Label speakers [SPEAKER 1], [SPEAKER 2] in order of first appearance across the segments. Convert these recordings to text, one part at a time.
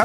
[SPEAKER 1] อั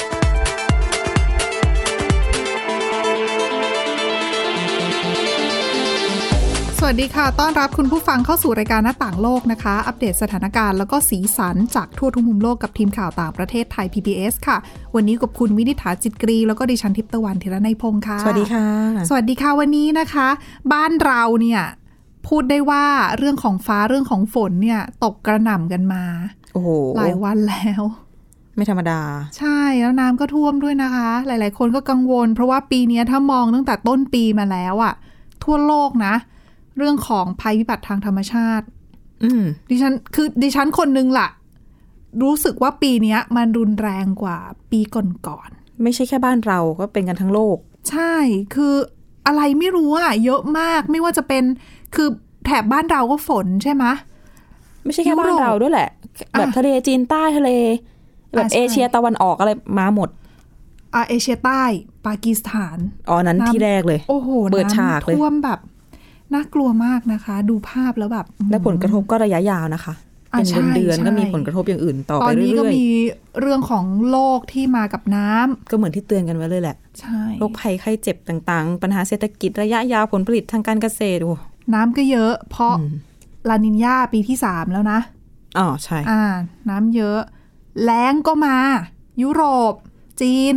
[SPEAKER 2] สวัสดีค่ะ ต้อนรับคุณผู้ฟังเข้าสู่รายการหน้าต่างโลกนะคะ อัปเดตสถานการณ์แล้วก็สีสันจากทั่วทุกมุมโลกกับทีมข่าวต่างประเทศไทย PBS ค่ะ วันนี้กับคุณวินิษฐาจิตกรี แล้วก็ดิฉันทิพย์ตะวันธีรนัยพงค์ค่ะ
[SPEAKER 3] สวัสดีค่ะ
[SPEAKER 2] สวัสดีค่ะวันนี้นะคะ บ้านเราเนี่ยพูดได้ว่าเรื่องของฟ้าเรื่องของฝนเนี่ยตกกระหน่ำกันมา
[SPEAKER 3] โอ้โห
[SPEAKER 2] หลายวันแล้ว
[SPEAKER 3] ไม่ธรรมดา
[SPEAKER 2] ใช่แล้วน้ำก็ท่วมด้วยนะคะ หลาย ๆ คนก็กังวล เพราะว่าปีเนี้ยถ้ามองตั้งแต่ต้นปีมาแล้วอะทั่วโลกนะ เรื่องของภัยพิบัติทางธรรมชาติ
[SPEAKER 3] อืม
[SPEAKER 2] ดิฉันคือดิฉันคนนึงล่ะ รู้สึกว่าปีเนี้ยมันรุนแรงกว่าปีก่อน
[SPEAKER 3] ไม่ใช่แค่บ้านเราก็เป็นกันทั้งโลก
[SPEAKER 2] ๆใช่คืออะไรไม่รู้อะเยอะมากไม่ว่าจะเป็นคือแถบบ้านเราก็ฝนใช่ไหมะ
[SPEAKER 3] ไม่ใช่แค่บ้า
[SPEAKER 2] ยุ
[SPEAKER 3] น
[SPEAKER 2] โรป
[SPEAKER 3] เราด้วยแหละ แบบ
[SPEAKER 2] อ่ะ
[SPEAKER 3] ทะเลจีนใต้ทะเล แบบ
[SPEAKER 2] อ่ะใช่
[SPEAKER 3] เอเชียตะวันออกอะไรมาหมด
[SPEAKER 2] อ่าเอเชียใต้ ปากีสถาน
[SPEAKER 3] อ๋อนั้น
[SPEAKER 2] น้ำ
[SPEAKER 3] ที่แรกเลย
[SPEAKER 2] โอ้โห
[SPEAKER 3] เปิด
[SPEAKER 2] น้ำ
[SPEAKER 3] ฉากเลย
[SPEAKER 2] ท่วมแบบน่ากลัวมากนะคะ ดูภาพแล้วแบบ
[SPEAKER 3] และผลกระทบก็ระยะยาวนะคะ
[SPEAKER 2] อ่ะ
[SPEAKER 3] เป็น
[SPEAKER 2] ใช่
[SPEAKER 3] เดือนเดือน
[SPEAKER 2] ใช่
[SPEAKER 3] ก็มีผลกระทบอย่างอื่นต่อ
[SPEAKER 2] ตอ
[SPEAKER 3] ไป
[SPEAKER 2] นนี้
[SPEAKER 3] เรื่
[SPEAKER 2] ก็
[SPEAKER 3] อย
[SPEAKER 2] มีเรื่องของโลกที่มากับน้ำ
[SPEAKER 3] ๆ ก็เหมือนที่เตือนกันไว้เลยแหละ
[SPEAKER 2] ใช่
[SPEAKER 3] โรคภัยไข้เจ็บต่างๆ ปัญหาเศรษฐกิจระยะยาวผลผลิตทางการเกษตรโอ้
[SPEAKER 2] น้ำก็เยอะ เพราะ
[SPEAKER 3] อืม
[SPEAKER 2] ลานินยาปีที่สามแล้วนะ
[SPEAKER 3] อ๋อใช่
[SPEAKER 2] อ่า น้ำเยอะ แล้งก็มา ยุโรป จีน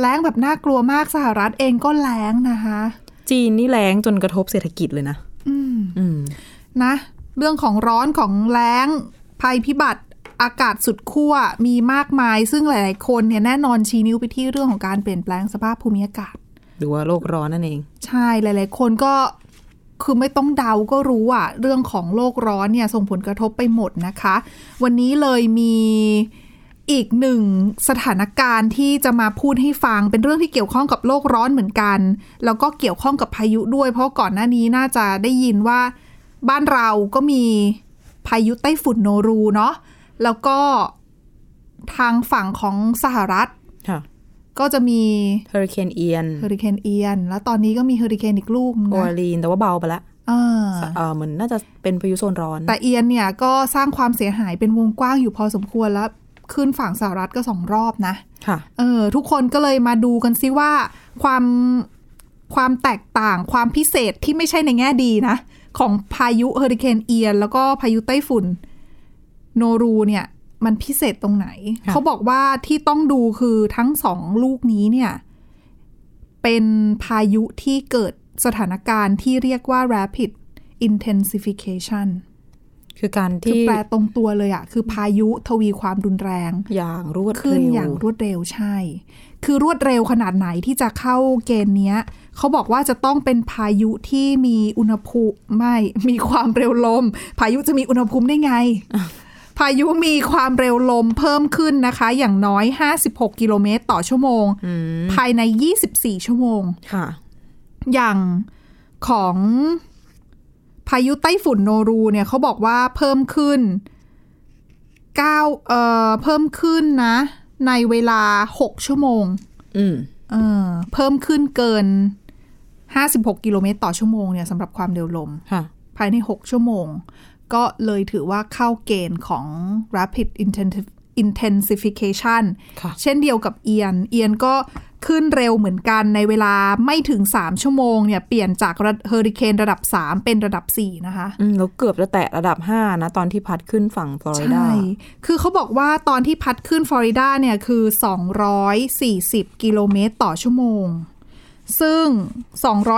[SPEAKER 2] แล้งแบบน่ากลัวมากสหรัฐเองก็แล้งนะคะ
[SPEAKER 3] จีนนี่แรงจนกระทบเศรษฐกิจเลยนะ
[SPEAKER 2] อืม
[SPEAKER 3] อืม
[SPEAKER 2] นะ เรื่องของร้อนของแล้ง ภัยพิบัติอากาศสุดขั้วมีมากมาย ซึ่งหลาย ๆ คนเนี่ยแน่นอนชี้นิ้วไปที่เรื่องของการเปลี่ยนแปลงสภาพภูมิอากาศ
[SPEAKER 3] หรือว่าโลกร้อนนั่นเอง
[SPEAKER 2] ใช่หลาย ๆ คนก็คือไม่ต้องเดาก็รู้อะเรื่องของโลกร้อนเนี่ยส่งผลกระทบไปหมดนะคะ วันนี้เลยมีอีกหนึ่งสถานการณ์ที่จะมาพูดให้ฟังเป็นเรื่องที่เกี่ยวข้องกับโลกร้อนเหมือนกัน แล้วก็เกี่ยวข้องกับพายุด้วย เพราะก่อนหน้านี้น่าจะได้ยินว่าบ้านเราก็มีพายุไต้ฝุ่นโนรูเนาะแล้วก็ทางฝั่งของสหรัฐ
[SPEAKER 3] ค่ะ
[SPEAKER 2] ก็จะมี
[SPEAKER 3] เฮอริเคนเอียน
[SPEAKER 2] เฮอริเคนเอียนแล้วตอนนี้ก็มีเฮอริเคนอีกลูกนึง
[SPEAKER 3] โอ
[SPEAKER 2] นะ
[SPEAKER 3] อารีนแต่ว่าเบาไปละ
[SPEAKER 2] อ่า
[SPEAKER 3] เออเหมือนน่าจะเป็นพายุโซนร้อน
[SPEAKER 2] แต่เอียนเนี่ยก็สร้างความเสียหายเป็นวงกว้างอยู่พอสมควรแล้วขึ้นฝั่งสหรัฐก็สองรอบนะ
[SPEAKER 3] ค่ะ
[SPEAKER 2] เออทุกคนก็เลยมาดูกันซิว่าความความแตกต่างความพิเศษที่ไม่ใช่ในแง่ดีนะ ของพายุเฮอริเคนเอียน แล้วก็พายุไต้ฝุ่น โนรูเนี่ยมันพิเศษตรงไหน
[SPEAKER 3] ค่ะ
[SPEAKER 2] เขาบอกว่าที่ต้องดูคือทั้งสองลูกนี้เนี่ย เป็นพายุที่เกิดสถานการณ์ที่เรียกว่า rapid intensification
[SPEAKER 3] คือการ
[SPEAKER 2] คือ
[SPEAKER 3] ที่
[SPEAKER 2] แปลตรงตัวเลยอะคือพายุทวีความรุนแรง
[SPEAKER 3] อย่างรวด
[SPEAKER 2] ขึ้น
[SPEAKER 3] เร็ว
[SPEAKER 2] อย่างรวดเร็วใช่ คือรวดเร็วขนาดไหนที่จะเข้าเกณฑ์เนี้ย เขาบอกว่าจะต้องเป็นพายุที่มีอุณหภูมิไม่ มีความเร็วลม พายุจะมีอุณหภูมิได้ ไง พายุมีความเร็วลมเพิ่มขึ้นนะคะ อย่างน้อย 56 กิโลเมตรต่อชั่วโมง
[SPEAKER 3] อืม
[SPEAKER 2] ภายใน 24 ชั่วโมง
[SPEAKER 3] ค่ะ
[SPEAKER 2] อย่างของพายุไต้ฝุ่นโนรูเนี่ยเขาบอกว่าเพิ่มขึ้น9เอ่อเพิ่มขึ้นนะ ในเวลา 6 ชั่วโมง
[SPEAKER 3] อืม
[SPEAKER 2] เออเพิ่มขึ้นเกิน 56 กิโลเมตรต่อชั่วโมงเนี่ยสำหรับความเร็วลม
[SPEAKER 3] ค่ะ
[SPEAKER 2] ภายใน 6 ชั่วโมง ก็เลยถือว่าเข้าเกณฑ์ของ rapid Intensi- intensification
[SPEAKER 3] ค่ะ
[SPEAKER 2] เช่นเดียวกับเอียน เอียนก็ขึ้นเร็วเหมือนกันในเวลาไม่ถึง 3 ชั่วโมงเนี่ย เปลี่ยนจากระเฮอริเคนระดับ 3 เป็นระดับ 4 นะคะ
[SPEAKER 3] อืมแล้วเกือบจะแตะระดับห้านะ ตอนที่พัดขึ้นฝั่งฟลอริดา
[SPEAKER 2] ใช่ คือเขาบอกว่าตอนที่พัดขึ้นฟลอริดาเนี่ยคือ 240 กิโลเมตรต่อชั่วโมง ซึ่ง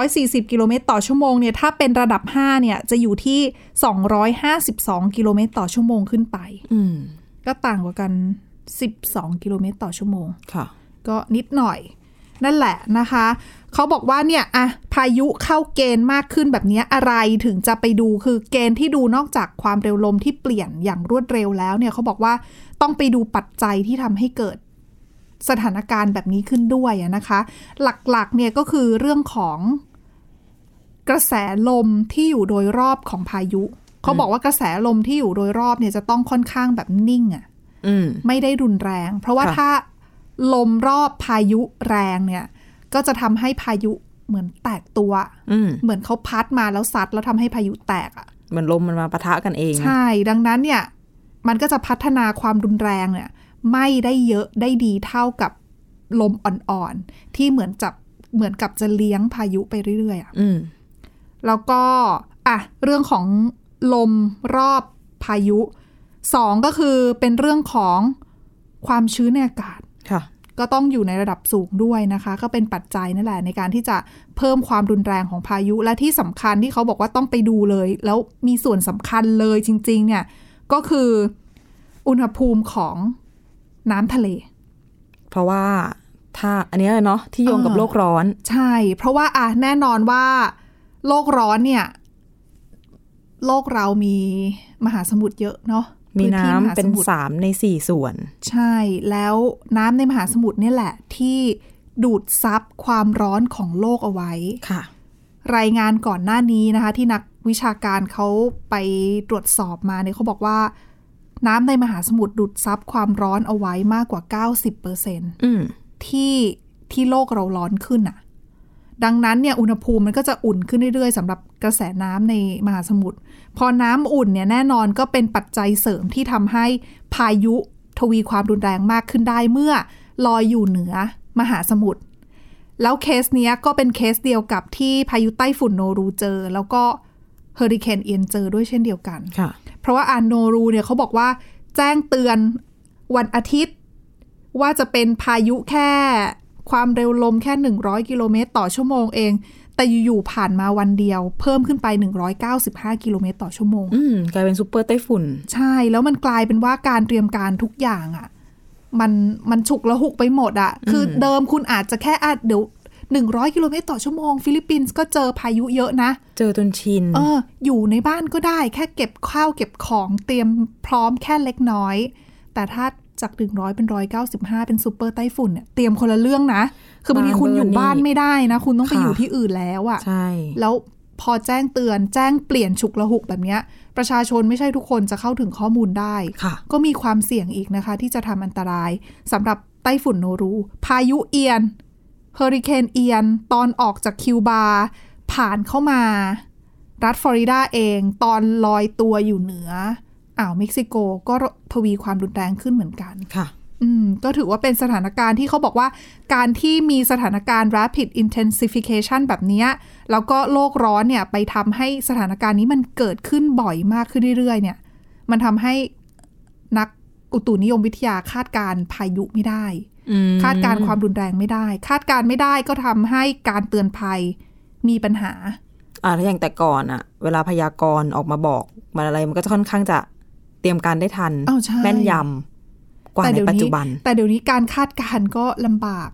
[SPEAKER 2] 240 กิโลเมตรต่อชั่วโมงเนี่ย ถ้าเป็นระดับ 5 เนี่ย จะอยู่ที่ 252 กิโลเมตรต่อชั่วโมงขึ้นไป
[SPEAKER 3] อืม
[SPEAKER 2] ก็ต่างกว่ากัน 12 กิโลเมตรต่อชั่วโมง
[SPEAKER 3] ค่ะ
[SPEAKER 2] ก็นิดหน่อย นั่นแหละนะคะ เขาบอกว่าเนี่ยอะพายุเข้าเกณฑ์มากขึ้นแบบเนี้ยอะไรถึงจะไปดูคือเกณฑ์ที่ดูนอกจากความเร็วลมที่เปลี่ยนอย่างรวดเร็วแล้วเนี่ยเขาบอกว่าต้องไปดูปัจจัยที่ทำให้เกิดสถานการณ์แบบนี้ขึ้นด้วยอะนะคะ หลักๆเนี่ยก็คือเรื่องของกระแสลมที่อยู่โดยรอบของพายุ เขาบอกว่ากระแสลมที่อยู่โดยรอบเนี่ยจะต้องค่อนข้างแบบนิ่งอะ
[SPEAKER 3] อืม
[SPEAKER 2] ไม่ได้รุนแรง เพราะว่า
[SPEAKER 3] ค่ะ
[SPEAKER 2] ถ้าลมรอบพายุแรงเนี่ย ก็จะทำให้พายุ เหมือนแตกตัว
[SPEAKER 3] อืม
[SPEAKER 2] เหมือนเขาพัดมาแล้วซัดแล้วทำให้พายุแตกอ่ะ
[SPEAKER 3] เหมือนลมมันมาปะทะกันเอง
[SPEAKER 2] ใช่ ดังนั้นเนี่ย มันก็จะพัฒนาความรุนแรงเนี่ย ไม่ได้เยอะได้ดีเท่ากับลมอ่อนๆ ที่เหมือนจับเหมือนกับจะเลี้ยงพายุไปเรื่อยๆอะ
[SPEAKER 3] อืม
[SPEAKER 2] แล้วก็อ่ะเรื่องของลมรอบพายุสองก็คือเป็นเรื่องของความชื้นในอากาศ
[SPEAKER 3] ค่ะ
[SPEAKER 2] ก็ต้องอยู่ในระดับสูงด้วยนะคะ ก็เป็นปัจจัยนั่นแหละในการที่จะเพิ่มความรุนแรงของพายุและที่สำคัญที่เขาบอกว่าต้องไปดูเลย แล้วมีส่วนสำคัญเลยจริง ๆ เนี่ย ก็คืออุณหภูมิของน้ำทะเล
[SPEAKER 3] เพราะว่าถ้าอันเนี้ยเนาะที่โยงกับ
[SPEAKER 2] เออ
[SPEAKER 3] โลกร้อน
[SPEAKER 2] ใช่ เพราะว่าอ่ะแน่นอนว่า โลกร้อนเนี่ย โลกเรามีมหาสมุทรเยอะเนาะ
[SPEAKER 3] มี
[SPEAKER 2] พื้ที่
[SPEAKER 3] น้ำ
[SPEAKER 2] มหา
[SPEAKER 3] เป็น
[SPEAKER 2] สมุทร
[SPEAKER 3] สามในสี่ส่วน
[SPEAKER 2] ใช่แล้วน้ำในมหาสมุทรเนี่ยแหละ ที่ดูดซับความร้อนของโลกเอาไว้
[SPEAKER 3] ค่ะ
[SPEAKER 2] รายงานก่อนหน้านี้นะคะ ที่นักวิชาการเขาไปตรวจสอบมาเนี่ยเขาบอกว่า น้ำในมหาสมุทรดูดซับความร้อนเอาไว้มากกว่า 90%
[SPEAKER 3] อืม
[SPEAKER 2] ที่ที่โลกเราร้อนขึ้นอะดังนั้นเนี่ยอุณหภูมิมันก็จะอุ่นขึ้นเรื่อยๆสำหรับกระแสน้ำในมหาสมุทรพอน้ำอุ่นเนี่ยแน่นอนก็เป็นปัจจัยเสริมที่ทำให้พายุทวีความรุนแรงมากขึ้นได้เมื่อลอยอยู่เหนือมหาสมุทร แล้วเคสเนี้ยก็เป็นเคสเดียวกับที่พายุไต้ฝุ่นโนรูเจอ แล้วก็เฮอริเคนเอียนเจอด้วยเช่นเดียวกัน
[SPEAKER 3] ค่ะ
[SPEAKER 2] เพราะว่าอ่านโนรูเนี่ยเขาบอกว่าแจ้งเตือนวันอาทิตย์ ว่าจะเป็นพายุแค่ความเร็วลมแค่ 100 กิโลเมตรต่อชั่วโมงเอง แต่อยู่ๆผ่านมาวันเดียว เพิ่มขึ้นไป 195 กิโลเมตรต่อชั่วโมง
[SPEAKER 3] อืมกลายเป็นซูเปอร์ไต้ฝุ่น
[SPEAKER 2] ใช่ แล้วมันกลายเป็นว่าการเตรียมการทุกอย่างอะ่ะ มันมันฉุกละหุกไปหมดอะ่ะ คือเดิมคุณอาจจะแค่อาจเดี๋ยวหนึ่งร้อยกิโลเมตรต่อชั่วโมง ฟิลิปปินส์ก็เจอพายุเยอะนะ
[SPEAKER 3] เจอจนชิน
[SPEAKER 2] เออ อยู่ในบ้านก็ได้ แค่เก็บข้าวเก็บของเตรียมพร้อมแค่เล็กน้อย แต่ถ้าจากหนึ่งร้อยเป็นร้อยเก้าสิบห้าเป็นซูเปอร์ไต้ฝุ่นเนี่ยเตรียมคนละเรื่องนะ คือบางทีคุณอยู่บ้านไม่ได้นะ คุณต้องไป
[SPEAKER 3] ค่ะ
[SPEAKER 2] อยู่ที่อื่นแล้วอ่ะ
[SPEAKER 3] ใช่
[SPEAKER 2] แล้วพอแจ้งเตือนแจ้งเปลี่ยนฉุกละหุกแบบเนี้ย ประชาชนไม่ใช่ทุกคนจะเข้าถึงข้อมูลได้
[SPEAKER 3] ค่ะ
[SPEAKER 2] ก็มีความเสี่ยงอีกนะคะ ที่จะทำอันตรายสำหรับไต้ฝุ่นโนรู พายุเอียนเฮอริเคนเอียน ตอนออกจากคิวบา ผ่านเข้ามา รัฐฟลอริดาเอง ตอนลอยตัวอยู่เหนืออ่าวเม็กซิโกก็ทวีความรุนแรงขึ้นเหมือนกัน
[SPEAKER 3] ค่ะ
[SPEAKER 2] อืมก็ถือว่าเป็นสถานการณ์ที่เขาบอกว่า การที่มีสถานการณ์ rapid intensification แบบเนี้ยแล้วก็โลกร้อนเนี่ยไปทำให้สถานการณ์นี้มันเกิดขึ้นบ่อยมากขึ้นเรื่อยๆ เนี่ย มันทำให้นักอุตุนิยมวิทยาคาดการณ์พายุไม่ได้
[SPEAKER 3] อืม
[SPEAKER 2] คาดการณ์ความรุนแรงไม่ได้ คาดการณ์ไม่ได้ก็ทำให้การเตือนภัยมีปัญหา
[SPEAKER 3] อ่าถ้าอย่างแต่ก่อนอะเวลาพยากรณ์ออกมาบอกมันอะไรมันก็จะค่อนข้างจะเตรียมการได้ทัน
[SPEAKER 2] อ้าวใช่
[SPEAKER 3] แม่นยำกว่า
[SPEAKER 2] แต่
[SPEAKER 3] ใน
[SPEAKER 2] เดี๋ยว
[SPEAKER 3] ปัจจุบัน
[SPEAKER 2] แต่เดี๋ยวนี้การคาดการณ์ก็ลำบาก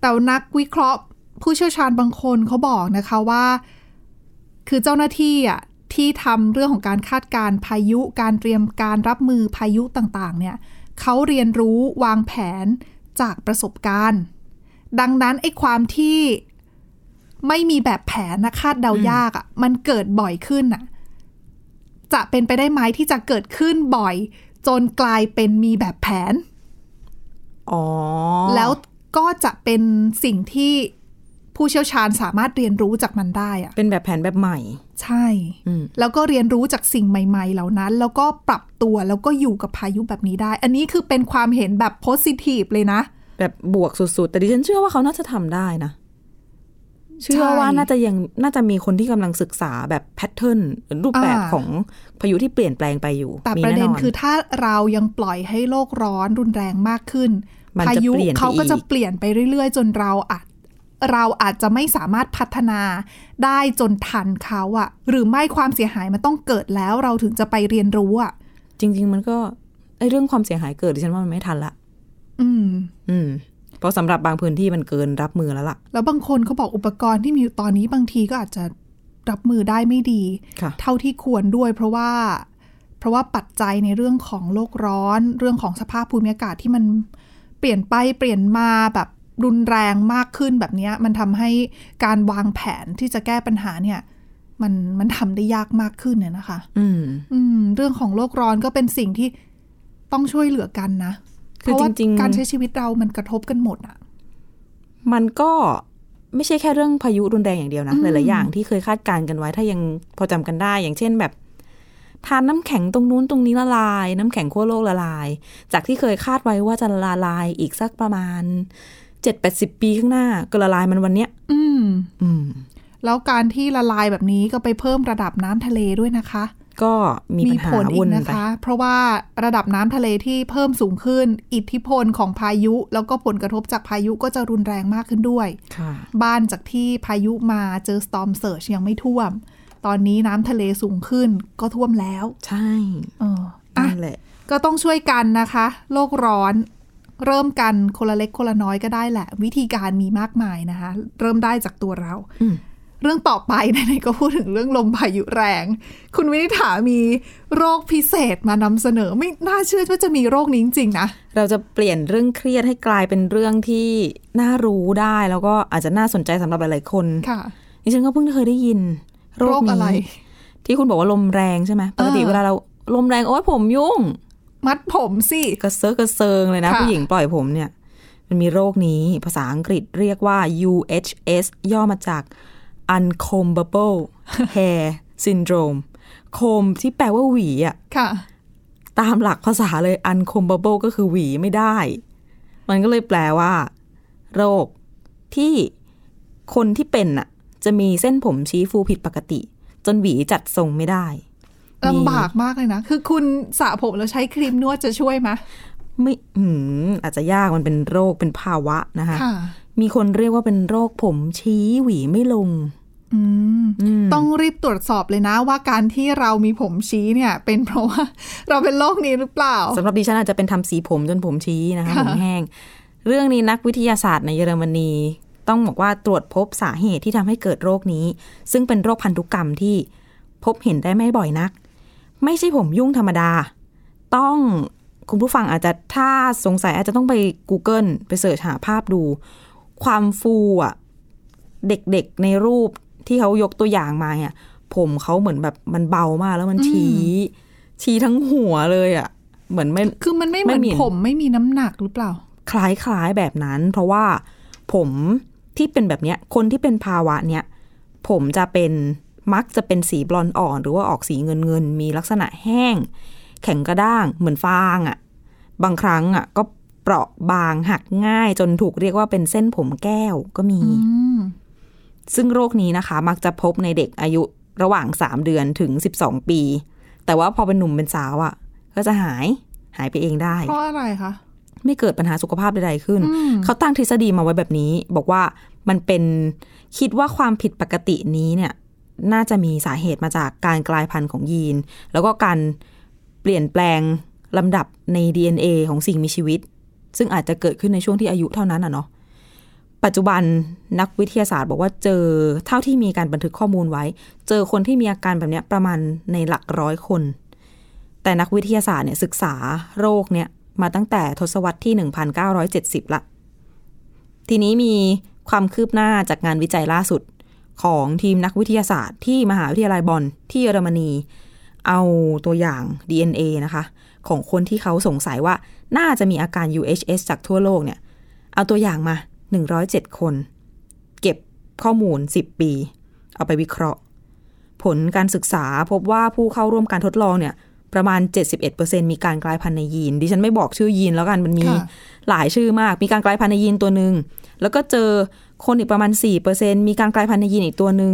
[SPEAKER 2] แต่นักวิเคราะห์ผู้เชี่ยวชาญบางคนเขาบอกนะคะว่า คือเจ้าหน้าที่อ่ะที่ทำเรื่องของการคาดการณ์พายุการเตรียมการรับมือพายุต่างๆ เนี่ยเขาเรียนรู้วางแผนจากประสบการณ์ ดังนั้นไอ้ความที่ไม่มีแบบแผนนะคาดเดายากอ่ะมันเกิดบ่อยขึ้นอ่ะ จะเป็นไปได้ไหมที่จะเกิดขึ้นบ่อย จนกลายเป็นมีแบบแผน
[SPEAKER 3] อ๋อ
[SPEAKER 2] แล้วก็จะเป็นสิ่งที่ผู้เชี่ยวชาญสามารถเรียนรู้จากมันได้อะ
[SPEAKER 3] เป็นแบบแผนแบบใหม่
[SPEAKER 2] ใช่
[SPEAKER 3] อืม
[SPEAKER 2] แล้วก็เรียนรู้จากสิ่งใหม่ ๆ เหล่านั้น แล้วก็ปรับตัวแล้วก็อยู่กับพายุแบบนี้ได้ อันนี้คือเป็นความเห็นแบบโพสิทีฟเลยนะ
[SPEAKER 3] แบบบวกสุดๆ แต่ดิฉันเชื่อว่าเขาน่าจะทำได้นะ เชื่อว่าน่าจะยังน่าจะมีคนที่กำลังศึกษาแบบแพทเทิร์นหรือรูปแบบ
[SPEAKER 2] อ่า
[SPEAKER 3] ของพายุที่เปลี่ยนแปลงไปอยู่
[SPEAKER 2] แต่
[SPEAKER 3] มี
[SPEAKER 2] ประเด็น
[SPEAKER 3] แอ
[SPEAKER 2] คือถ้าเรายังปล่อยให้โลกร้อนรุนแรงมากขึ้น
[SPEAKER 3] มัน
[SPEAKER 2] พา
[SPEAKER 3] จะ
[SPEAKER 2] ยุ
[SPEAKER 3] เปลี่ยนไป
[SPEAKER 2] เขาก็จะ
[SPEAKER 3] อีก
[SPEAKER 2] เปลี่ยนไปเรื่อย ๆ จนเราอาจเราอาจจะไม่สามารถพัฒนาได้จนทันเขาอะหรือไม่ความเสียหายมันต้องเกิดแล้วเราถึงจะไปเรียนรู้อะ
[SPEAKER 3] จริง ๆ มันก็ไอเรื่องความเสียหายเกิดดิฉันว่ามันไม่ทันละ
[SPEAKER 2] อืม
[SPEAKER 3] อืม เพราะสำหรับบางพื้นที่มันเกินรับมือแล้วล่ะ
[SPEAKER 2] แล้วบางคนเขาบอกอุปกรณ์ที่มีอยู่ตอนนี้บางทีก็อาจจะรับมือได้ไม่ดี
[SPEAKER 3] ค่ะ
[SPEAKER 2] เท่าที่ควรด้วยเพราะว่า เพราะว่าปัจจัยในเรื่องของโลกร้อน เรื่องของสภาพภูมิอากาศที่มันเปลี่ยนไปเปลี่ยนมาแบบรุนแรงมากขึ้นแบบเนี้ยมันทำให้การวางแผนที่จะแก้ปัญหาเนี่ยมันมันทำได้ยากมากขึ้นเนี่ยนะคะ
[SPEAKER 3] อืม
[SPEAKER 2] อืม เรื่องของโลกร้อนก็เป็นสิ่งที่ต้องช่วยเหลือกันนะ
[SPEAKER 3] คือจริง
[SPEAKER 2] เพาะ
[SPEAKER 3] ๆ
[SPEAKER 2] ว่าการใช้ชีวิตเรามันกระทบกันหมดอะ
[SPEAKER 3] มันก็ ไม่ใช่แค่เรื่องพายุรุนแรงอย่างเดียวนะ
[SPEAKER 2] อืม
[SPEAKER 3] หลายๆอย่างที่เคยคาดการณ์กันไว้ถ้ายังพอจำกันได้ อย่างเช่นแบบทานน้ำแข็งตรงนู้นตรงนี้ละลาย น้ำแข็งขั้วโลกละลาย จากที่เคยคาดไว้ว่าจะละลายอีกสักประมาณเจ็ดแปดสิบปีข้างหน้าก็ละลายมันวันเนี้ย
[SPEAKER 2] อืม
[SPEAKER 3] อืม
[SPEAKER 2] แล้วการที่ละลายแบบนี้ก็ไปเพิ่มระดับน้ำทะเลด้วยนะคะ
[SPEAKER 3] ก็มีปัญหา
[SPEAKER 2] ผลอี
[SPEAKER 3] ว
[SPEAKER 2] ก
[SPEAKER 3] น
[SPEAKER 2] นะ
[SPEAKER 3] ไป
[SPEAKER 2] คะ เพราะว่าระดับน้ำทะเลที่เพิ่มสูงขึ้น อิทธิพลของพายุ แล้วก็ผลกระทบจากพายุก็จะรุนแรงมากขึ้นด้วย
[SPEAKER 3] ค่ะ
[SPEAKER 2] บ้านจากที่พายุมาเจอ storm surge ยังไม่ท่วม ตอนนี้น้ำทะเลสูงขึ้นก็ท่วมแล้ว
[SPEAKER 3] ใช่
[SPEAKER 2] เอออ่ะ
[SPEAKER 3] นั่นแหละ
[SPEAKER 2] ก็ต้องช่วยกันนะคะ โลกร้อนเริ่มกันคนละเล็กคนละน้อยก็ได้แหละ วิธีการมีมากมายนะคะ เริ่มได้จากตัวเรา
[SPEAKER 3] อืม
[SPEAKER 2] เรื่องต่อไปไหนๆก็พูดถึงเรื่องลมพายุแรง คุณวินิษฐามีโรคพิเศษมานำเสนอ ไม่น่าเชื่อว่าจะมีโรคนี้จริงๆนะ
[SPEAKER 3] เราจะเปลี่ยนเรื่องเครียดให้กลายเป็นเรื่องที่น่ารู้ได้ แล้วก็อาจจะน่าสนใจสำหรับหลายๆคน
[SPEAKER 2] ค่ะ
[SPEAKER 3] ดิฉันก็เพิ่งเคยได้ยิน โร
[SPEAKER 2] โร
[SPEAKER 3] ค
[SPEAKER 2] คอะไร
[SPEAKER 3] นี้ที่คุณบอกว่าลมแรงใช่ไหมปกติ
[SPEAKER 2] เออ
[SPEAKER 3] เวลาเราลมแรงโอ้ยผมยุ่ง
[SPEAKER 2] มัดผมสิ
[SPEAKER 3] กระเซอะกระเซิงเลยนะ
[SPEAKER 2] ค่ะ
[SPEAKER 3] ผู้หญิงปล่อยผมเนี่ย มันมีโรคนี้ภาษาอังกฤษเรียกว่า UHS ย่อมาจาก uncombable hair syndrome โคมที่แปลว่าหวีอะ
[SPEAKER 2] ค่ะ
[SPEAKER 3] ตามหลักภาษาเลยอันคมบับเบิลก็คือหวีไม่ได้ มันก็เลยแปลว่า โรคที่คนที่เป็นน่ะ จะมีเส้นผมชี้ฟูผิดปกติ จนหวีจัดทรงไม่ได้
[SPEAKER 2] ลำบากมากเลยนะ คือคุณสระผมแล้วใช้ครีมนวดจะช่วยไหม
[SPEAKER 3] ไม่อืมอาจจะยากมันเป็นโรคเป็นภาวะนะคะ
[SPEAKER 2] ค่ะ
[SPEAKER 3] มีคนเรียกว่าเป็นโรคผมชี้หวีไม่ลง
[SPEAKER 2] อืม
[SPEAKER 3] อืม
[SPEAKER 2] ต้องรีบตรวจสอบเลยนะว่าการที่เรามีผมชี้เนี่ย เป็นเพราะว่า เราเป็นโรคนี้หรือเปล่า
[SPEAKER 3] สำหรับดิฉันอาจจะเป็นทำสีผมจนผมชี้นะคะ
[SPEAKER 2] ค่ะ
[SPEAKER 3] ผมแห้ง เรื่องนี้นักวิทยาศาสตร์ในเยอรมนี ต้องบอกว่าตรวจพบสาเหตุที่ทำให้เกิดโรคนี้ ซึ่งเป็นโรคพันธุกรรมที่พบเห็นได้ไม่บ่อยนัก ไม่ใช่ผมยุ่งธรรมดา ต้องคุณผู้ฟังอาจจะถ้าสงสัยอาจจะต้องไป Google ไปเสิร์ชหาภาพดู ความฟูอ่ะ เด็กๆในรูปที่เขายกตัวอย่างมาอ่ะผมเขาเหมือนแบบมันเบามากแล้วมันชี้ ชี้ทั้งหัวเลยอ่ะ เหมือนไม่
[SPEAKER 2] คือมันไม่เหมือน
[SPEAKER 3] ไม่มี
[SPEAKER 2] ผมไม่มีน้ำหนักหรือเปล่า
[SPEAKER 3] คล้ายๆแบบนั้น เพราะว่าผมที่เป็นแบบเนี้ยคนที่เป็นภาวะเนี้ยผมจะเป็นมักจะเป็นสีบลอนด์อ่อน หรือว่าออกสีเงินเงินๆมีลักษณะแห้ง แข็งกระด้าง เหมือนฟางอะ่ะ บางครั้งอะ่ะ ก็เปราะบางหักง่ายจนถูกเรียกว่าเป็นเส้นผมแก้วก็มี
[SPEAKER 2] อืม
[SPEAKER 3] ซึ่งโรคนี้นะคะ มักจะพบในเด็กอายุระหว่าง 3 เดือนถึง 12 ปี แต่ว่าพอเป็นหนุ่มเป็นสาวอะ่ะ ก็จะหายหายไปเองได้
[SPEAKER 2] เพราะอะไรคะ
[SPEAKER 3] ไม่เกิดปัญหาสุขภาพใดๆขึ้น
[SPEAKER 2] อืม
[SPEAKER 3] เขาตั้งทฤษฎีมาไว้แบบนี้ บอกว่ามันเป็นคิดว่าความผิดปกตินี้เนี่ย น่าจะมีสาเหตุมาจากการกลายพันธุ์ของยีน แล้วก็การเปลี่ยนแปลงลำดับใน DNA ของสิ่งมีชีวิต ซึ่งอาจจะเกิดขึ้นในช่วงที่อายุเท่านั้นอ่ะเนาะปัจจุบันนักวิทยาศาสตร์บอกว่าเจอเท่าที่มีการบันทึกข้อมูลไว้ เจอคนที่มีอาการแบบเนี้ยประมาณในหลักร้อยคน แต่นักวิทยาศาสตร์เนี่ยศึกษาโรคเนี่ยมาตั้งแต่ทศวรรษที่ 1970 ละ ทีนี้มีความคืบหน้าจากงานวิจัยล่าสุดของทีมนักวิทยาศาสตร์ที่มหาวิทยาลัยบอนที่เยอรมนี เอาตัวอย่าง DNA นะคะ ของคนที่เขาสงสัยว่าน่าจะมีอาการ UHS จากทั่วโลกเนี่ย เอาตัวอย่างมา 107 คน เก็บข้อมูล 10 ปี เอาไปวิเคราะห์ ผลการศึกษาพบว่าผู้เข้าร่วมการทดลองเนี่ย ประมาณ 71%มีการกลายพันธุ์ในยีน ดิฉันไม่บอกชื่อยีนแล้วกันมันมี
[SPEAKER 2] ค่ะ
[SPEAKER 3] หลายชื่อมาก มีการกลายพันธุ์ในยีนตัวหนึ่ง แล้วก็เจอคนอีกประมาณ 4%มีการกลายพันธุ์ในยีนอีกตัวหนึ่ง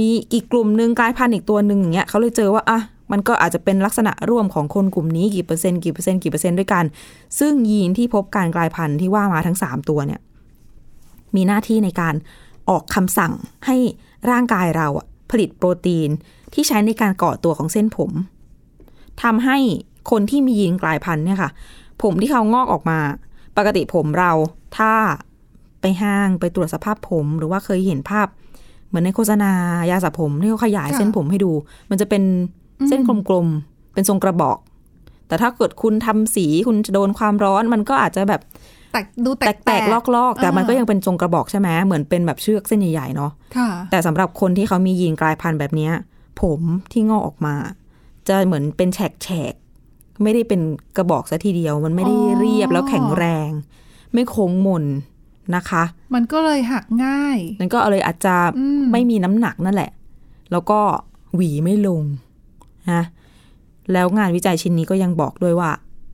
[SPEAKER 3] มีอีกกลุ่มหนึ่งกลายพันธุ์อีกตัวหนึ่งอย่างเงี้ยเขาเลยเจอว่าอ่ะมันก็อาจจะเป็นลักษณะร่วมของคนกลุ่มนี้กี่เปอร์เซ็นต์กี่เปอร์เซ็นต์กี่เปอร์เซ็นต์ด้วยกัน ซึ่งยีนที่พบการกลายพันธุ์ที่ว่ามาทั้ง 3 ตัวเนี่ย มีหน้าที่ในการออกคำสั่งให้ร่างกายเราอะผลิตโปรตีนที่ใช้ในการก่อตัวของเส้นผมทำให้คนที่มียีนกลายพันธุ์เนี่ยค่ะ ผมที่เขางอกออกมา ปกติผมเราถ้าไปห้างไปตรวจสภาพผมหรือว่าเคยเห็นภาพ เหมือนในโฆษณายาสระผมที่เขาขยาย
[SPEAKER 2] ค่ะ
[SPEAKER 3] เส้นผมให้ดู มันจะเป็นเส้นกลมๆเป็นทรงกระบอก แต่ถ้าเกิดคุณทำสีคุณจะโดนความร้อนมันก็อาจจะแบบ
[SPEAKER 2] แตกดูแต
[SPEAKER 3] แต
[SPEAKER 2] ก
[SPEAKER 3] ก
[SPEAKER 2] แต
[SPEAKER 3] แต
[SPEAKER 2] ก
[SPEAKER 3] กลอกลอกๆ แต่มัน
[SPEAKER 2] อ่า
[SPEAKER 3] ก็ยังเป็นจงกระบอกใช่ไหมเหมือนเป็นแบบเชือกเส้นใหญ่ ๆ เนาะ
[SPEAKER 2] ค่ะ
[SPEAKER 3] แต่สำหรับคนที่เขามียีนกลายพันธุ์แบบเนี้ย ผมที่งอกออกมา จะเหมือนเป็นแฉกแฉกๆไม่ได้เป็นกระบอกซะทีเดียว มันไม่ได้
[SPEAKER 2] อ๋อ
[SPEAKER 3] เรียบแล้วแข็งแรง ไม่โค้งมน นะคะ
[SPEAKER 2] มันก็เลยหักง่าย
[SPEAKER 3] นั่นก็เลยอาจจะ
[SPEAKER 2] อืม
[SPEAKER 3] ไม่มีน้ำหนักนั่นแหละ แล้วก็หวีไม่ลงนะแล้วงานวิจัยชิ้นนี้ก็ยังบอกด้วยว่า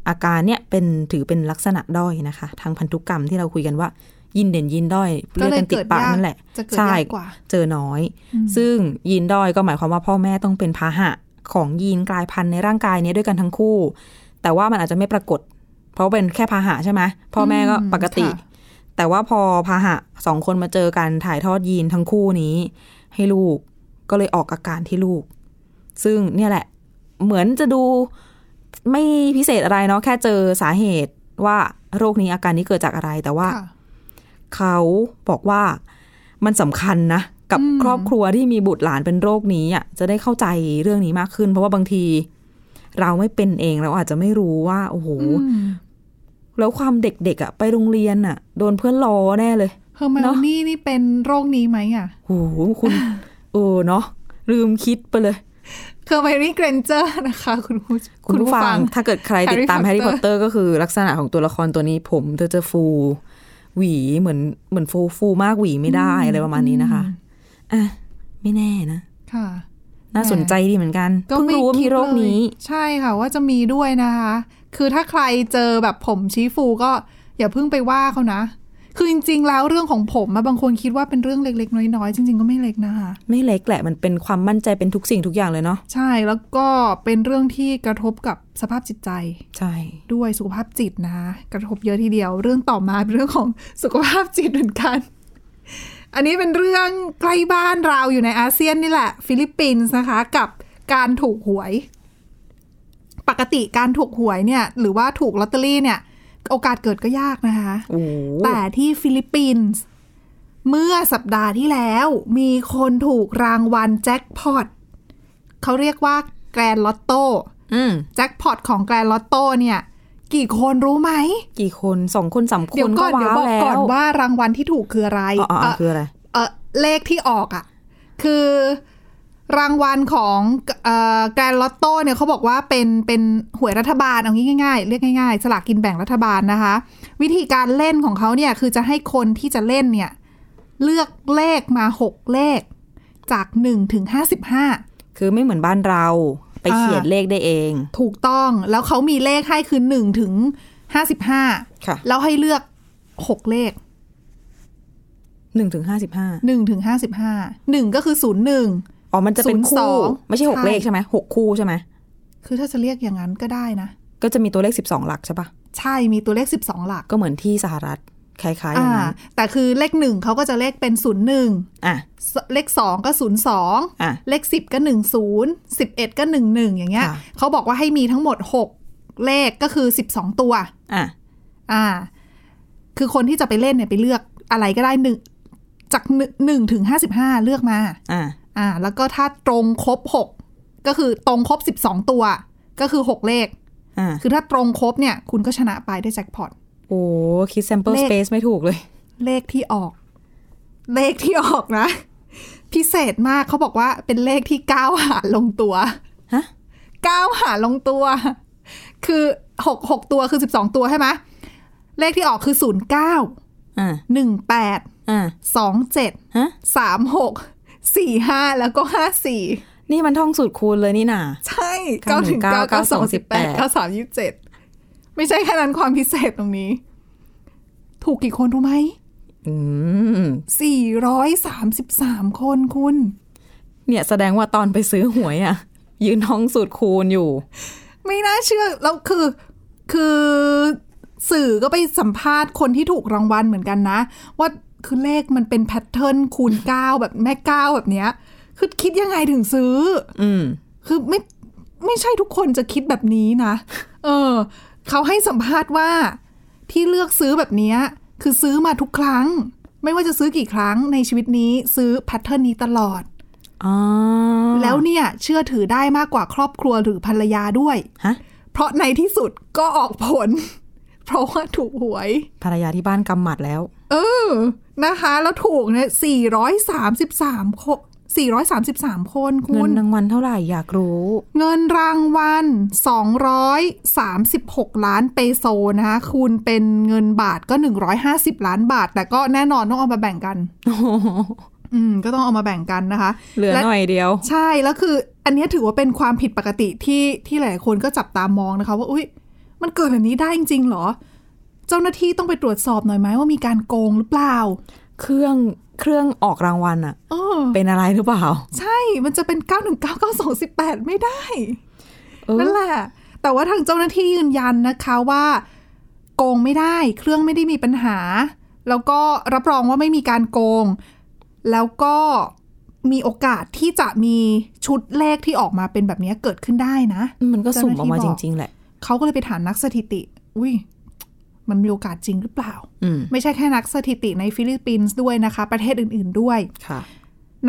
[SPEAKER 3] อาการเนี่ยเป็นถือเป็นลักษณะด้อยนะคะ ทางพันธุกรรมที่เราคุยกันว่า ยินเด่นยินด้อย
[SPEAKER 2] ก็
[SPEAKER 3] ก
[SPEAKER 2] เลย
[SPEAKER 3] กันติด
[SPEAKER 2] เกิด
[SPEAKER 3] ปาก
[SPEAKER 2] ยาก
[SPEAKER 3] นั่นแหละ
[SPEAKER 2] จะเกิด
[SPEAKER 3] ใช่
[SPEAKER 2] ยากกว่า
[SPEAKER 3] เจอน้อย
[SPEAKER 2] อืม
[SPEAKER 3] ซึ่งยีนด้อยก็หมายความว่าพ่อแม่ต้องเป็นพาหะของยีนกลายพันธุ์ในร่างกายเนี้ด้วยกันทั้งคู่ แต่ว่ามันอาจจะไม่ปรากฏ เพราะเป็นแค่พาหะใช่ไหมพ่อแม่ก็ปกติ
[SPEAKER 2] ค่ะ
[SPEAKER 3] แต่ว่าพอพาหะสองคนมาเจอกันถ่ายทอดยีนทั้งคู่นี้ ให้ลูกก็เลยออกอาการที่ลูก ซึ่งเนี่ยแหละ เหมือนจะดูไม่พิเศษอะไรเนาะแค่เจอสาเหตุว่าโรคนี้อาการนี้เกิดจากอะไรแต่ว่า
[SPEAKER 2] ค่ะ
[SPEAKER 3] เขาบอกว่ามันสำคัญนะ กับ
[SPEAKER 2] อืม
[SPEAKER 3] ครอบครัวที่มีบุตรหลานเป็นโรคนี้อ่ะจะได้เข้าใจเรื่องนี้มากขึ้น เพราะว่าบางที เราไม่เป็นเองเราอาจจะไม่รู้ว่าโอ้โห
[SPEAKER 2] อืม
[SPEAKER 3] แล้วความเด็กๆอ่ะไปโรงเรียนอ่ะ โดนเพื่อนล้อแน่เลย
[SPEAKER 2] เฮอร์ไมา
[SPEAKER 3] เน
[SPEAKER 2] โอ
[SPEAKER 3] อะ
[SPEAKER 2] นี่นี่เป็นโรคนี้ไหมอ่ะ
[SPEAKER 3] โอ้โหคุณ เออเนาะลืมคิดไปเลย
[SPEAKER 2] เคอร์ไมนี่เกรนเจอร์นะคะ คุณผู้
[SPEAKER 3] คุณผู้ฟัง ถ้าเกิดใครติดตามแฮร์รี่พอตเตอร์ก็คือลักษณะของตัวละครตัวนี้ผมเธอจะฟู หวีเหมือนเหมือนฟูฟูมากหวีไม่ได้อะไรประมาณนี้นะคะอ่ะไม่แน่นะ
[SPEAKER 2] ค่ะ
[SPEAKER 3] น่าสนใจดีเหมือนกัน
[SPEAKER 2] ก็
[SPEAKER 3] เพิ่ง
[SPEAKER 2] ไม่
[SPEAKER 3] รู้ว่ามี
[SPEAKER 2] ด
[SPEAKER 3] โรคนี้
[SPEAKER 2] เลยใช่ค่ะว่าจะมีด้วยนะคะ คือถ้าใครเจอแบบผมชี้ฟูก็อย่าเพิ่งไปว่าเขานะ คือจริงๆแล้วเรื่องของผมอะบางคนคิดว่าเป็นเรื่องเล็กๆ น้อยๆ จริง ๆ ก็ไม่เล็กนะคะ
[SPEAKER 3] ไม่เล็กแหละมันเป็นความมั่นใจเป็นทุกสิ่งทุกอย่างเลยเนาะ
[SPEAKER 2] ใช่แล้วก็เป็นเรื่องที่กระทบกับสภาพจิตใจ
[SPEAKER 3] ใช่
[SPEAKER 2] ด้วยสุขภาพจิตนะคะกระทบเยอะทีเดียว เรื่องต่อมาเป็นเรื่องของสุขภาพจิตเหมือนกัน อันนี้เป็นเรื่องใกล้บ้านเราอยู่ในอาเซียนนี่แหละ ฟิลิปปินส์นะคะ กับการถูกหวย ปกติการถูกหวยเนี่ย หรือว่าถูกลอตเตอรี่เนี่ย โอกาสเกิดก็ยากนะคะ
[SPEAKER 3] โอ้โห
[SPEAKER 2] แต่ที่ฟิลิปปินส์เมื่อสัปดาห์ที่แล้ว มีคนถูกรางวัลแจ็คพอตเขาเรียกว่าแกรนลอตโต้
[SPEAKER 3] อืม
[SPEAKER 2] แจ็คพอตของแกรนลอตโต้เนี่ย กี่คนรู้ไหม
[SPEAKER 3] กี่คนสองคนสามค
[SPEAKER 2] เดี๋ยวน ก่
[SPEAKER 3] ก็
[SPEAKER 2] อนเดี๋ยว
[SPEAKER 3] ว้าว
[SPEAKER 2] บอก
[SPEAKER 3] แล้ว
[SPEAKER 2] ก่อนว่ารางวัลที่ถูกคืออะไร
[SPEAKER 3] อ๋อ
[SPEAKER 2] เอ่
[SPEAKER 3] อ๋ออ๋อ
[SPEAKER 2] อ
[SPEAKER 3] คืออะไร
[SPEAKER 2] เอ่อเลขที่ออกอ่ะ คือรางวัลของแกรนลอตโต้เนี่ยเขาบอกว่าเป็นเป็นหวยรัฐบาลเอางี้ง่ายๆ เรียกง่ายๆ สลากกินแบ่งรัฐบาลนะคะ วิธีการเล่นของเขาเนี่ยคือจะให้คนที่จะเล่นเนี่ย เลือกเลขมา 6 เลขจาก 1 ถึง 55
[SPEAKER 3] คือไม่เหมือนบ้านเราไป
[SPEAKER 2] อ่า
[SPEAKER 3] เขียนเลขได้เอง
[SPEAKER 2] ถูกต้องแล้วเขามีเลขให้คือ 1 ถึง 55
[SPEAKER 3] ค่ะ
[SPEAKER 2] แล้วให้เลือก 6 เลข
[SPEAKER 3] หนึ่งถึงห้าสิบห้า
[SPEAKER 2] หนึ่งถึงห้าสิบห้าหนึ่งก็คือศูนย์หนึ่ง
[SPEAKER 3] อ๋อมันจะเป็น
[SPEAKER 2] ศูนย์สอ
[SPEAKER 3] คู่
[SPEAKER 2] ง
[SPEAKER 3] ไม่ใช่หก
[SPEAKER 2] ใช่
[SPEAKER 3] เลขใช่ไหมหกคู่ใช่ไหม
[SPEAKER 2] คือถ้าจะเรียกอย่างนั้นก็ได้นะ
[SPEAKER 3] ก็จะมีตัวเลขสิบสองหลักใช่ปะ
[SPEAKER 2] ใช่มีตัวเลขสิบสองหลัก
[SPEAKER 3] ก็เหมือนที่สหรัฐคล้ายๆอย่าง
[SPEAKER 2] อ่า
[SPEAKER 3] นั้น
[SPEAKER 2] แต่คือเลขหนึ่งเขาก็จะเลขเป็นศูนย์หนึ่ง
[SPEAKER 3] อ่ะ
[SPEAKER 2] เลขสองก็ศูนย์สอง
[SPEAKER 3] อ่ะ
[SPEAKER 2] เลขสิบก็หนึ่งศูนย์สิบเอ็ดก็หนึ่งหนึ่งอย่างเงี้ย
[SPEAKER 3] ค่ะ
[SPEAKER 2] เขาบอกว่าให้มีทั้งหมดหกเลขก็คือสิบสองตัว
[SPEAKER 3] อ่ะ
[SPEAKER 2] อ่า คือคนที่จะไปเล่นเนี่ยไปเลือกอะไรก็ได้หนึ่งจากหนึ่งถึงห้าสิบห้าเลือกมา
[SPEAKER 3] อ่ะ
[SPEAKER 2] อ่าแล้วก็ถ้าตรงครบ 6 ก็คือตรงครบ 12 ตัว ก็คือ 6 เลข
[SPEAKER 3] อ่ะ
[SPEAKER 2] คือถ้าตรงครบเนี่ย คุณก็ชนะไปได้แจ็คพอต
[SPEAKER 3] โอ้คิดแซมเปิล
[SPEAKER 2] เล
[SPEAKER 3] ส
[SPEAKER 2] ข
[SPEAKER 3] เปซไม่ถูกเลย
[SPEAKER 2] เลขที่ออก เลขที่ออกนะ พิเศษมากเขาบอกว่าเป็นเลขที่ก้าวหารลงตัว
[SPEAKER 3] ฮะ
[SPEAKER 2] ก้าวหารลงตัว คือหกหกตัวคือสิบสองตัวใช่ไหมเลขที่ออกคือศูนย์เก้า
[SPEAKER 3] อ่ะ
[SPEAKER 2] หนึ่งแปด
[SPEAKER 3] อ่ะ
[SPEAKER 2] สองเจ็ด
[SPEAKER 3] ฮะ
[SPEAKER 2] สามหกสี่ห้าแล้วก็ห้าสี่
[SPEAKER 3] นี่มันท่องสูตรคูณเลยนี่นา
[SPEAKER 2] ใช่
[SPEAKER 3] เก้า
[SPEAKER 2] เก้า
[SPEAKER 3] ถึ
[SPEAKER 2] ถึ
[SPEAKER 3] ง
[SPEAKER 2] งเก้า
[SPEAKER 3] เก้า
[SPEAKER 2] เก้าสองสิบแปด
[SPEAKER 3] 28
[SPEAKER 2] เก้าสามยี่สิบเจ็ดไม่ใช่แค่นั้นความพิเศษตรงนี้ ถูกกี่คนรู้ไหม
[SPEAKER 3] อืม
[SPEAKER 2] สี่ร้อยสามสิบสามคนคุณ
[SPEAKER 3] เนี่ยแสดงว่าตอนไปซื้อหวยอะ่ะ ยืนท้องสูตรคูณอยู่
[SPEAKER 2] ไม่น่าเชื่อ แล้วคือคือสื่อก็ไปสัมภาษณ์คนที่ถูกรางวัลเหมือนกันนะ ว่าคือเลขมันเป็นแพทเทิร์นคูณเก้าแบบแม่เก้าแบบเนี้ย คือคิดยังไงถึงซื้อ
[SPEAKER 3] อืม
[SPEAKER 2] คือไม่ไม่ใช่ทุกคนจะคิดแบบนี้นะ เออ เขาให้สัมภาษณ์ว่าที่เลือกซื้อแบบเนี้ยคือซื้อมาทุกครั้ง ไม่ว่าจะซื้อกี่ครั้งในชีวิตนี้ซื้อแพทเทิร์นนี้ตลอด
[SPEAKER 3] อ๋อ
[SPEAKER 2] แล้วเนี่ยเชื่อถือได้มากกว่าครอบครัวหรือภรรยาด้วย
[SPEAKER 3] ฮะ
[SPEAKER 2] เพราะในที่สุดก็ออกผล เพราะว่าถูกหวย
[SPEAKER 3] ภรรยาที่บ้านกำหมัดแล้ว
[SPEAKER 2] เออ นะคะ แล้วถูกเนี่ย433คน 433 คนคุ
[SPEAKER 3] เงิ
[SPEAKER 2] ณ
[SPEAKER 3] นรางวัลเท่าไหร่อยากรู้
[SPEAKER 2] เงินรางวัล 236 ล้านเปโซนะคะ คูณเป็นเงินบาทก็ 150 ล้านบาท แต่ก็แน่นอนต้องเอามาแบ่งกัน อืม ก็ต้องเอามาแบ่งกันนะคะ
[SPEAKER 3] เหลือ
[SPEAKER 2] และ
[SPEAKER 3] หน่อยเดียว
[SPEAKER 2] ใช่ แล้วคือ อันเนี้ยถือว่าเป็นความผิดปกติที่ที่หลายคนก็จับตามองนะคะ ว่า อุ้ยมันเกิดแบบนี้ได้จริงๆเหรอ เจ้าหน้าที่ต้องไปตรวจสอบหน่อยไหมว่ามีการโกงหรือเปล่า
[SPEAKER 3] เครื่องเครื่องออกรางวัลอะ
[SPEAKER 2] เออ
[SPEAKER 3] เป็นอะไรหรือเปล่า
[SPEAKER 2] ใช่ มันจะเป็น 9 1 9 9 2 1 8 ไม่ได้
[SPEAKER 3] เออ
[SPEAKER 2] นั่นแหละ แต่ว่าทางเจ้าหน้าที่ยืนยันนะคะว่า โกงไม่ได้ เครื่องไม่ได้มีปัญหา แล้วก็รับรองว่าไม่มีการโกง แล้วก็มีโอกาสที่จะมีชุดเลขที่ออกมาเป็นแบบนี้เกิดขึ้นได้นะ
[SPEAKER 3] มันก็สุ่มออกมา
[SPEAKER 2] เจ้าหน้าที่บ
[SPEAKER 3] จ
[SPEAKER 2] อก
[SPEAKER 3] ริง ๆ แหละ
[SPEAKER 2] เขาก็เลยไปถามนักสถิติ อุ้ย มันมีโอกาสจริงหรือเปล่า
[SPEAKER 3] อืม
[SPEAKER 2] ไม่ใช่แค่นักสถิติในฟิลิปปินส์ด้วยนะคะ ประเทศอื่น ๆด้วย
[SPEAKER 3] ค่ะ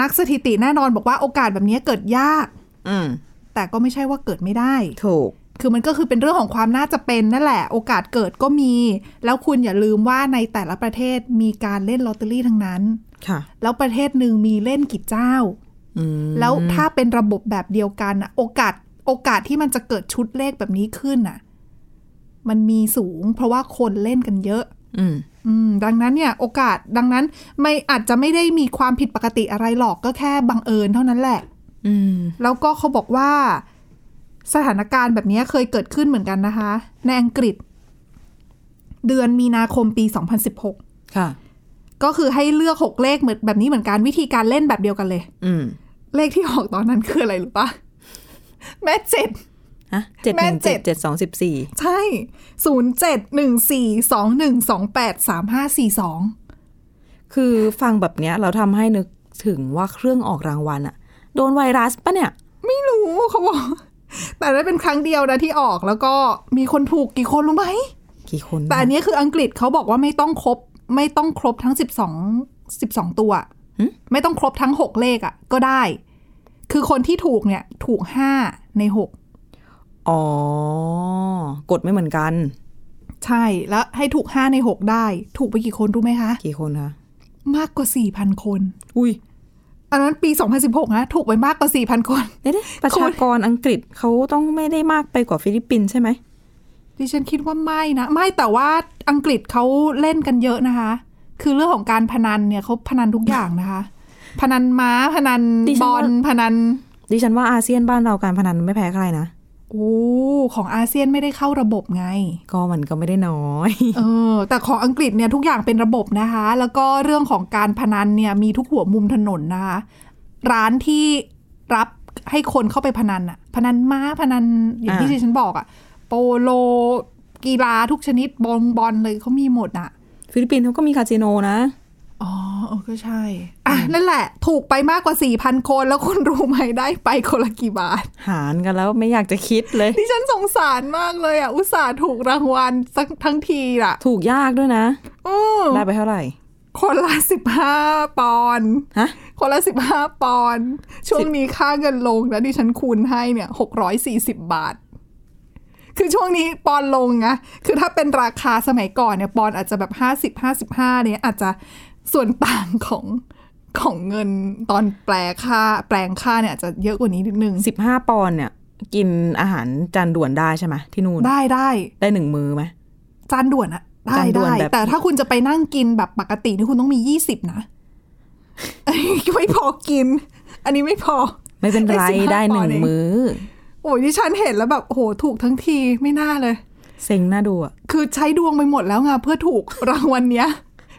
[SPEAKER 2] นักสถิติแน่นอนบอกว่าโอกาสแบบนี้เกิดยาก
[SPEAKER 3] อืม
[SPEAKER 2] แต่ก็ไม่ใช่ว่าเกิดไม่ได้
[SPEAKER 3] ถูก
[SPEAKER 2] คือมันก็คือเป็นเรื่องของความน่าจะเป็นนั่นแหละ โอกาสเกิดก็มี แล้วคุณอย่าลืมว่าในแต่ละประเทศมีการเล่นลอตเตอรี่ทั้งนั้น
[SPEAKER 3] ค่ะ
[SPEAKER 2] แล้วประเทศหนึ่งมีเล่นกี่เจ้า
[SPEAKER 3] อืม
[SPEAKER 2] แล้วถ้าเป็นระบบแบบเดียวกันอะโอกาสโอกาสที่มันจะเกิดชุดเลขแบบนี้ขึ้นน่ะมันมีสูง เพราะว่าคนเล่นกันเยอะ
[SPEAKER 3] อืม
[SPEAKER 2] อืมดังนั้นเนี่ยโอกาสดังนั้นไม่อาจจะไม่ได้มีความผิดปกติอะไรหรอกก็แค่บังเอิญเท่านั้นแหละ
[SPEAKER 3] อืม
[SPEAKER 2] แล้วก็เขาบอกว่าสถานการณ์แบบนี้เคยเกิดขึ้นเหมือนกันนะคะ ในอังกฤษ เดือนมีนาคมปี 2016
[SPEAKER 3] ค่ะ
[SPEAKER 2] ก็คือให้เลือก 6 เลขเหมือนแบบนี้เหมือนกันวิธีการเล่นแบบเดียวกันเลย
[SPEAKER 3] อืม
[SPEAKER 2] เลขที่ออกตอนนั้นคืออะไรหรือปะแม่เจ็ด
[SPEAKER 3] ฮะเจ็ดห
[SPEAKER 2] แม่
[SPEAKER 3] นึ่ง
[SPEAKER 2] เจ็
[SPEAKER 3] เจ็
[SPEAKER 2] ด
[SPEAKER 3] ดเจ็ดสองสิบสี่
[SPEAKER 2] ใช่ศูนย์เจ็ดหนึ่งสี่สองหนึ่งสองแปดสามห้าสี่สอง
[SPEAKER 3] คือฟังแบบเนี้ยเราทำให้นึกถึงว่าเครื่องออกรางวัลอะโดนไวรัสปะเนี่ย
[SPEAKER 2] ไม่รู้เขาบอก แต่นั่นเป็นครั้งเดียวนะที่ออกแล้วก็มีคนถูกกี่คนรู้ไหม
[SPEAKER 3] กี่คน
[SPEAKER 2] แต่อันนี้คืออังกฤษเขาบอกว่าไม่ต้องครบ ไม่ต้องครบทั้ง 12 12 ตัวไม่ต้องครบทั้ง 6 เลขอะ่ะ ก็ได้ คือคนที่ถูกเนี่ยถูก 5 ใน
[SPEAKER 3] อ๋อ กดไม่เหมือนกัน
[SPEAKER 2] 6 ใช่แล้วให้ถูก 5 ใน 6 ได้ ถูกไปกี่คนรู้ไหมคะ
[SPEAKER 3] กี่คนคะ
[SPEAKER 2] มากกว่า 4,000 คน
[SPEAKER 3] อุ้ย
[SPEAKER 2] อันนั้นปี 2016นะถูกไปมากกว่า 4,000 คน
[SPEAKER 3] เดี๋ยวนะประชากรอังกฤษเขาต้องไม่ได้มากไปกว่าฟิลิปปินส์ใช่ไหม
[SPEAKER 2] ดิฉันคิดว่าไม่นะ ไม่แต่ว่าอังกฤษเขาเล่นกันเยอะนะคะ คือเรื่องของการพนันเนี่ยเขาพนันทุกอย่างนะคะ พนันม้าพนัน
[SPEAKER 3] ดิฉั
[SPEAKER 2] บ
[SPEAKER 3] น
[SPEAKER 2] อ
[SPEAKER 3] ว่า
[SPEAKER 2] ลพนัน
[SPEAKER 3] ดิฉันว่าอาเซียนบ้านเราการพนันไม่แพ้ใครนะ
[SPEAKER 2] โอ้ของอาเซียนไม่ได้เข้าระบบไง
[SPEAKER 3] ก็มันก็ไม่ได้น้อย
[SPEAKER 2] เออ แต่ของอังกฤษเนี่ยทุกอย่างเป็นระบบนะคะ แล้วก็เรื่องของการพนันเนี่ยมีทุกหัวมุมถนนนะคะ ร้านที่รับให้คนเข้าไปพนันอะพนันม้าพนันอย่างที่
[SPEAKER 3] อ่า
[SPEAKER 2] ที่ฉันบอกอะโปโล กีฬาทุกชนิดบองบอลเลยเขามีหมดอะ
[SPEAKER 3] ฟิลิปปินส์เขาก็มีคาสิโนนะ
[SPEAKER 2] อ๋อเออก็ใช่ อ่ะ นั่นแหละ ถูกไปมากกว่า 4,000 คนแล้วคุณรู้ไหมได้ไปคนละกี่บาท
[SPEAKER 3] หารกันแล้วไม่อยากจะคิดเลย
[SPEAKER 2] ดิฉันสงสารมากเลยอะอุตส่าห์ถูกรางวัลสักทั้งทีอะ
[SPEAKER 3] ถูกยากด้วยนะ
[SPEAKER 2] อืม
[SPEAKER 3] ได้ไปเท่าไหร่
[SPEAKER 2] คนละสิบห้าปอนด์
[SPEAKER 3] ฮะ
[SPEAKER 2] คนละสิบห้าปอนด์ช่วงนี้ค่าเงินลงนะดิฉันคูณให้เนี่ยหกร้อยสี่สิบบาท คือช่วงนี้ปอนด์ลงนะคือถ้าเป็นราคาสมัยก่อนเนี่ยปอนด์อาจจะแบบห้าสิบห้าสิบห้าเนี่ยอาจจะส่วนต่างของของเงินตอนแปลค่า แปลงค่าเนี่ยอาจจะเยอะกว่านี้นิดนึง
[SPEAKER 3] สิบห้าปอนด์เนี่ย กินอาหารจานด่วนได้ใช่ไหมที่นู่น
[SPEAKER 2] ได้ได้
[SPEAKER 3] ได้หนึ่งมือไหม
[SPEAKER 2] จานด่วนอะได้
[SPEAKER 3] จานด่วน
[SPEAKER 2] ได้
[SPEAKER 3] แบบ
[SPEAKER 2] แต่ถ้าคุณจะไปนั่งกินแบบปกตินี่คุณต้องมียี่สิบนะ อันนี้ไม่พอกิน อันนี้ไม่พอ
[SPEAKER 3] ไม่เป็นไร
[SPEAKER 2] ได้
[SPEAKER 3] ได้
[SPEAKER 2] 15
[SPEAKER 3] ห
[SPEAKER 2] ปอ
[SPEAKER 3] นึ่
[SPEAKER 2] นด์
[SPEAKER 3] ง
[SPEAKER 2] เอง
[SPEAKER 3] มือ
[SPEAKER 2] โอ้ยที่ฉันเห็นแล้วแบบโอ้โหถูกทั้งทีไม่น่าเลย
[SPEAKER 3] เซ็งน่าดูอะ
[SPEAKER 2] คือใช้ดวงไปหมดแล้วไงเพื่อถูก รางวัลเนี้ย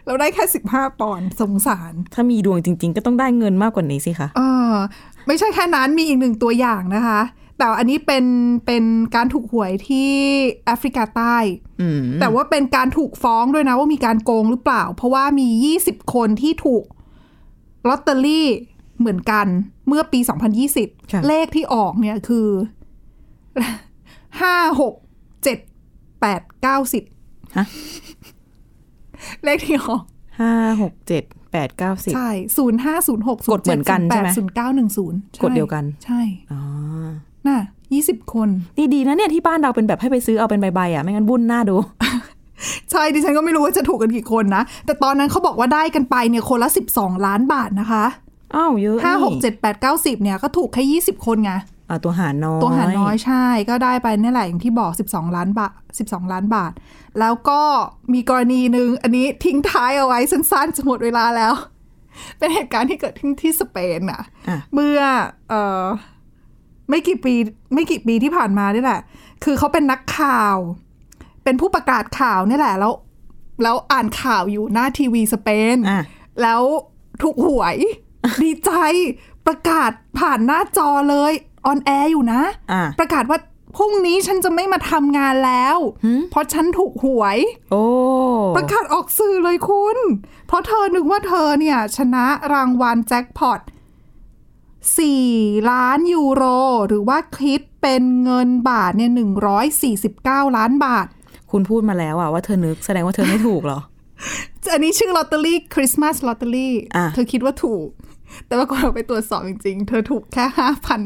[SPEAKER 2] เราได้แค่สิบห้าปอนด์สงสาร
[SPEAKER 3] ถ้ามีดวงจริง ๆ ก็ต้องได้เงินมากกว่านี้สิคะ
[SPEAKER 2] เออไม่ใช่แค่นั้นมีอีกหนึ่งตัวอย่างนะคะ แต่อันนี้เป็นเป็นการถูกหวยที่แอฟริกาใต้
[SPEAKER 3] อืม
[SPEAKER 2] แต่ว่าเป็นการถูกฟ้องด้วยนะว่ามีการโกงหรือเปล่า เพราะว่ามี 20 คนที่ถูกลอตเตอรี่เหมือนกันเมื่อปี
[SPEAKER 3] ค่ะ
[SPEAKER 2] 2020 เลขที่ออกเนี่ยคือ ห้าหกเจ็ดแปดเก้าสิบ
[SPEAKER 3] ฮะ
[SPEAKER 2] เลขที่ออก
[SPEAKER 3] ห้าหกเจ็ดแปดเก้าสิบ
[SPEAKER 2] ใช่ศูนย์ห้าศูนย์หก
[SPEAKER 3] กดเหมือนกันใช่ไหม
[SPEAKER 2] ศูนย์เก้าหนึ่งศูนย์
[SPEAKER 3] กดเดียวกัน
[SPEAKER 2] ใช่
[SPEAKER 3] อ๋อ
[SPEAKER 2] น่ะยี่สิบคน
[SPEAKER 3] นี่ดีนะเนี่ยที่บ้านเราเป็นแบบให้ไปซื้อเอาเป็นใบๆอ่ะไม่งั้นวุ่นหน้าดู
[SPEAKER 2] ใช่ดิฉันก็ไม่รู้ว่าจะถูกกันกี่คนนะ แต่ตอนนั้นเขาบอกว่าได้กันไปเนี่ยคนละ 12 ล้านบาทนะคะ
[SPEAKER 3] อ้าวเยอะ
[SPEAKER 2] ห้าหก
[SPEAKER 3] นี่
[SPEAKER 2] เจ็ดแปดเก้าสิบเนี่ยก็ถูกแค่ยี่สิบคนไง
[SPEAKER 3] อ่ะตัวหารน้อย
[SPEAKER 2] ตัวหารน้อยใช่ก็ได้ไปนี่แหละอย่างที่บอก 12 ล้านบาท 12 ล้านบาท แล้วก็มีกรณีหนึ่งอันนี้ทิ้งท้ายเอาไว้สั้นๆจะหมดเวลาแล้ว เป็นเหตุการณ์ที่เกิดขึ้นที่สเปนน่ะ
[SPEAKER 3] อ่ะ
[SPEAKER 2] เมื่อเออไม่กี่ปีไม่กี่ปีที่ผ่านมานี่แหละ คือเขาเป็นนักข่าว เป็นผู้ประกาศข่าวนี่แหละแล้ว แล้วอ่านข่าวอยู่หน้าทีวีสเปน
[SPEAKER 3] อ่ะ
[SPEAKER 2] แล้วถูกหวย ดีใจประกาศผ่านหน้าจอเลยออนแอร์อยู่นะ
[SPEAKER 3] อ่ะ
[SPEAKER 2] ประกาศว่าพรุ่งนี้ฉันจะไม่มาทำงานแล้ว
[SPEAKER 3] หึ
[SPEAKER 2] เพราะฉันถูกหวย
[SPEAKER 3] โอ้
[SPEAKER 2] ประกาศออกสื่อเลยคุณ เพราะเธอนึกว่าเธอเนี่ย ชนะรางวัลแจ็คพอต 4 ล้านยูโร หรือว่าคิดเป็นเงินบาทเนี่ย 149 ล้านบาท
[SPEAKER 3] คุณพูดมาแล้วอ่ะว่าเธอนึกแสดงว่าเธอไม่ถูกเหรอ
[SPEAKER 2] อันนี้ชื่อลอตเตอรี่คริสต์มาสลอตเตอรี่
[SPEAKER 3] อ่ะ
[SPEAKER 2] เธอคิดว่าถูก แต่ว่าก่อนเราไปตรวจสอบจริงๆ เธอถูกแค่ห้าพัน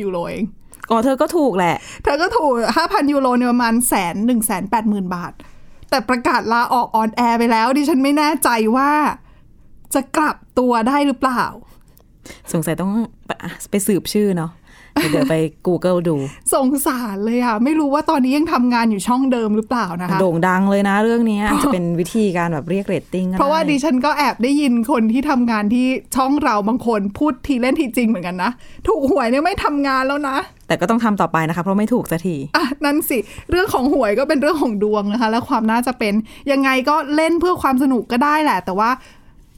[SPEAKER 2] ยูโรเอง
[SPEAKER 3] อ๋อเธอก็ถูกแหละ
[SPEAKER 2] เธอก็ถูกห้าพันยูโรเนี่ยประมาณแสนหนึ่งแสนแปดหมื่นบาท แต่ประกาศลาออกออนแอร์ไปแล้ว ดิฉันไม่แน่ใจว่า จะกลับตัวได้หรือเปล่า
[SPEAKER 3] สงสัยต้องไปอ่ะไปสืบชื่อเนาะเดี๋ยวเดี๋ยวไป Google ดู
[SPEAKER 2] สงสารเลยอ่ะ ไม่รู้ว่าตอนนี้ยังทำงานอยู่ช่องเดิมหรือเปล่านะคะ
[SPEAKER 3] โด่งดังเลยนะเรื่องเนี้ยอาจจะเป็นวิธีการแบบเรียกเรตติ้งก็
[SPEAKER 2] เพราะว่า
[SPEAKER 3] ไ
[SPEAKER 2] ดิฉันก็แอบได้ยินคนที่ทำงานที่ช่องเราบางคนพูดทีเล่นทีจริงเหมือนกันนะ ถูกหวยเนี่ยไม่ทำงานแล้วนะ
[SPEAKER 3] แต่ก็ต้องทำต่อไปนะคะ เพราะไม่ถูกสักที
[SPEAKER 2] อ่ะนั่นสิ เรื่องของหวยก็เป็นเรื่องของดวงนะคะ และความน่าจะเป็นยังไงก็เล่นเพื่อความสนุกก็ได้แหละ แต่ว่า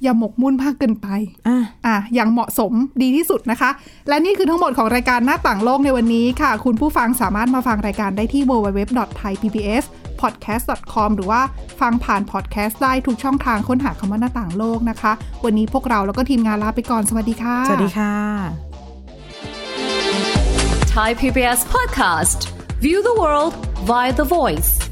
[SPEAKER 2] อย่าหมกมุ่นมากเกินไป
[SPEAKER 3] อ่ะ
[SPEAKER 2] อ่ะอย่างเหมาะสมดีที่สุดนะคะ และนี่คือทั้งหมดของรายการหน้าต่างโลกในวันนี้ค่ะ คุณผู้ฟังสามารถมาฟังรายการได้ที่ www.thaipbspodcast.com หรือว่าฟังผ่านพอดแคสต์ได้ทุกช่องทางค้นหาคำว่าหน้าต่างโลกนะคะ วันนี้พวกเราแล้วก็ทีมงานลาไปก่อนสวัสดีค่ะ
[SPEAKER 3] สวัสดีค่ะ
[SPEAKER 4] Thai PBS podcast. View the world via the voice.